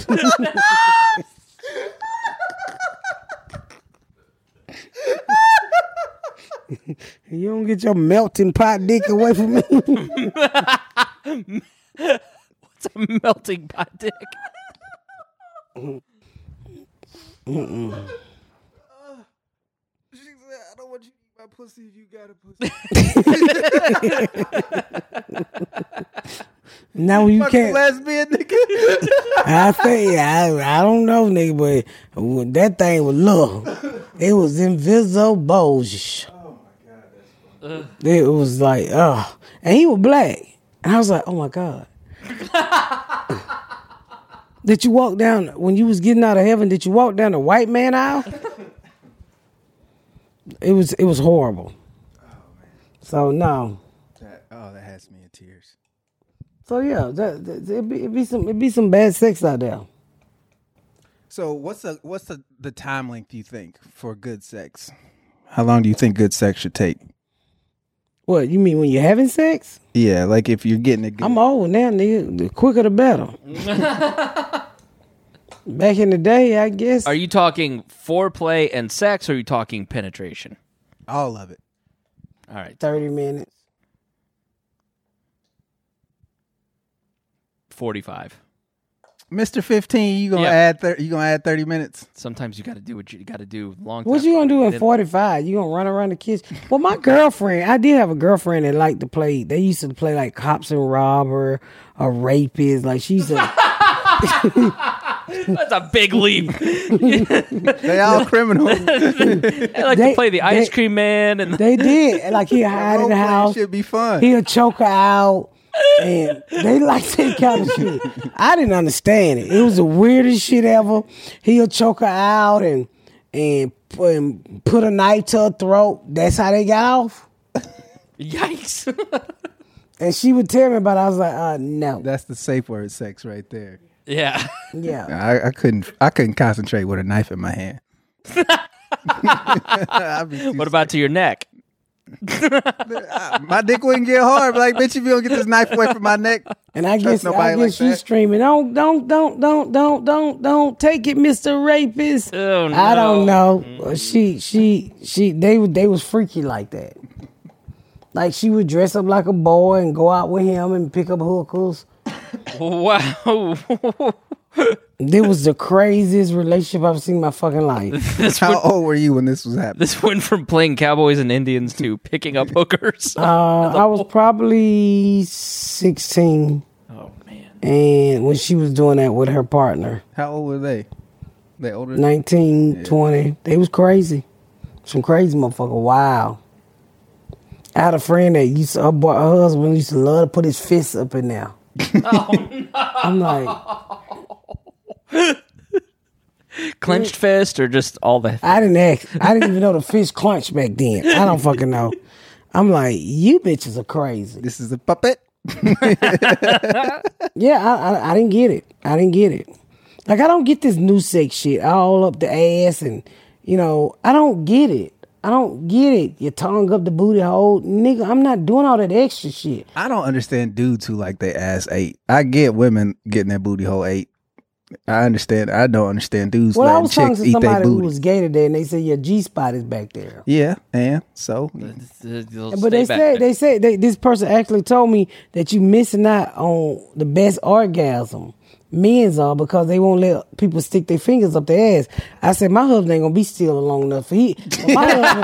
Speaker 2: You don't get your melting pot dick away from me.
Speaker 5: It's a melting pot dick.
Speaker 3: She said, "I don't want you to eat my pussy if you got a pussy."
Speaker 2: now you
Speaker 3: Fucking
Speaker 2: can't.
Speaker 3: lesbian nigga.
Speaker 2: I think I, I don't know, nigga, but when that thing was look. It was invisible. Oh my god, It was like, oh, and he was black, and I was like, oh my god. did you walk down when you was getting out of heaven? Did you walk down the white man aisle? it was it was horrible. So no.
Speaker 3: That- oh, that has me in tears.
Speaker 2: So yeah, that, that, it be it be some it be some bad sex out there.
Speaker 3: So, what's the what's the the time length you think for good sex? How long do you think good sex should take?
Speaker 2: What you mean when you're having sex?
Speaker 3: Yeah, like if you're getting a good.
Speaker 2: I'm old now, nigga. The quicker the better. Back in the day, I guess.
Speaker 5: Are you talking foreplay and sex, or are you talking penetration?
Speaker 3: all of it.
Speaker 5: All right,
Speaker 2: Thirty minutes.
Speaker 5: 45.
Speaker 3: Mister Fifteen, you gonna
Speaker 5: Yeah.
Speaker 3: add thir- you gonna add thirty minutes?
Speaker 5: Sometimes you got to do what you got to do. Long time.
Speaker 2: What you gonna do in
Speaker 5: Then-
Speaker 2: forty five? You gonna run around the kids? Well, my girlfriend, I did have a girlfriend that liked to play. They used to play like cops and robber, a rapist. Like she's a
Speaker 5: That's a big leap.
Speaker 3: They all criminals.
Speaker 5: I like
Speaker 2: They-
Speaker 5: to play the ice
Speaker 2: they-
Speaker 5: cream man and the,
Speaker 2: they did like he hide in the house.
Speaker 3: should be fun.
Speaker 2: He'll choke her out. And they like that kind of shit. I didn't understand it. It was the weirdest shit ever. He'll choke her out and and, and put a knife to her throat. That's how they got off.
Speaker 5: yikes.
Speaker 2: And she would tell me about it. I was like, uh, no.
Speaker 3: That's the safe word, sex, right there.
Speaker 5: yeah.
Speaker 2: yeah.
Speaker 3: I, I couldn't I couldn't concentrate with a knife in my hand. I'd be too
Speaker 5: What about to your neck?
Speaker 3: scared. my dick wouldn't get hard. but Like, bitch, if you don't get this knife away from my neck,
Speaker 2: And I guess I
Speaker 3: nobody like
Speaker 2: guess she's
Speaker 3: that.
Speaker 2: streaming. Don't don't don't don't don't don't don't take it, Mister Rapist.
Speaker 5: Oh,
Speaker 2: I don't
Speaker 5: no. Mm-hmm.
Speaker 2: know. Uh, She she she they w- they was freaky like that. Like she would dress up like a boy and go out with him and pick up hookers.
Speaker 5: Wow.
Speaker 2: This was the craziest relationship I've seen in my fucking life.
Speaker 5: this,
Speaker 3: How
Speaker 5: went,
Speaker 3: old were you when this was happening?
Speaker 5: this went from playing cowboys and Indians to picking up hookers.
Speaker 2: Uh, I was probably sixteen,
Speaker 5: oh, man.
Speaker 2: and when she was doing that with her partner.
Speaker 3: How old were they? They older. than-
Speaker 2: 19, 20. They was crazy. Some crazy motherfucker. Wow. I had a friend that used to, her, boy, her husband used to love to put his fists up in there. I'm like,
Speaker 5: Clenched fist or just all the.
Speaker 2: I didn't ask. I didn't even know the fist clenched back then. I don't fucking know. I'm like, you bitches are crazy.
Speaker 3: This is a puppet.
Speaker 2: Yeah, I, I I didn't get it. I didn't get it. Like I don't get this new sex shit all up the ass and you know I don't get it. I don't get it. Your tongue up the booty hole, nigga. I'm not doing all that extra shit.
Speaker 3: I don't understand dudes who like their ass ate. I get women getting their booty hole ate. I understand. I don't understand dudes
Speaker 2: Well, I
Speaker 3: letting
Speaker 2: was talking
Speaker 3: chicks
Speaker 2: to
Speaker 3: eat their
Speaker 2: somebody who
Speaker 3: booty.
Speaker 2: was gay today, and they said your G spot is back there.
Speaker 3: yeah, and so
Speaker 2: But they said they said they, this person actually told me that you missing out on the best orgasm men's are because they won't let people stick their fingers up their ass. I said my husband ain't gonna be still long enough. He my husband,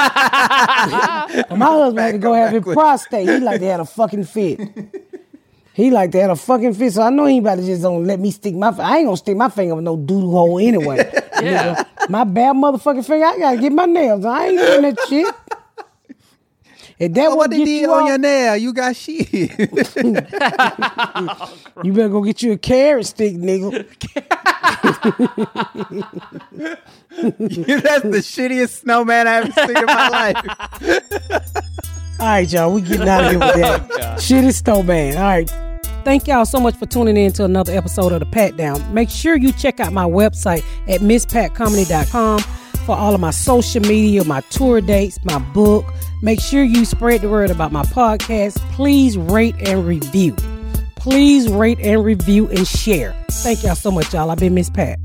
Speaker 2: my husband had to go have his prostate. He like they had a fucking fit. He like they had a fucking fit. So I know he about to just don't let me stick my. I ain't gonna stick my finger up no doodle hole anyway. Nigga, my bad motherfucking finger. I gotta get my nails. done. I ain't doing that shit. If that
Speaker 3: what
Speaker 2: what
Speaker 3: they
Speaker 2: get
Speaker 3: did
Speaker 2: you
Speaker 3: on
Speaker 2: off,
Speaker 3: your nail, you got shit.
Speaker 2: you better go get you a carrot stick, nigga.
Speaker 3: That's the shittiest snowman I ever seen in my life.
Speaker 2: All right, y'all, we getting out of here with that. Shit is so bad. All right. Thank y'all so much for tuning in to another episode of The Pat Down. Make sure you check out my website at misspatcomedy.com for all of my social media, my tour dates, my book. Make sure you spread the word about my podcast. Please rate and review. Please rate and review and share. Thank y'all so much, y'all. I've been Miss Pat.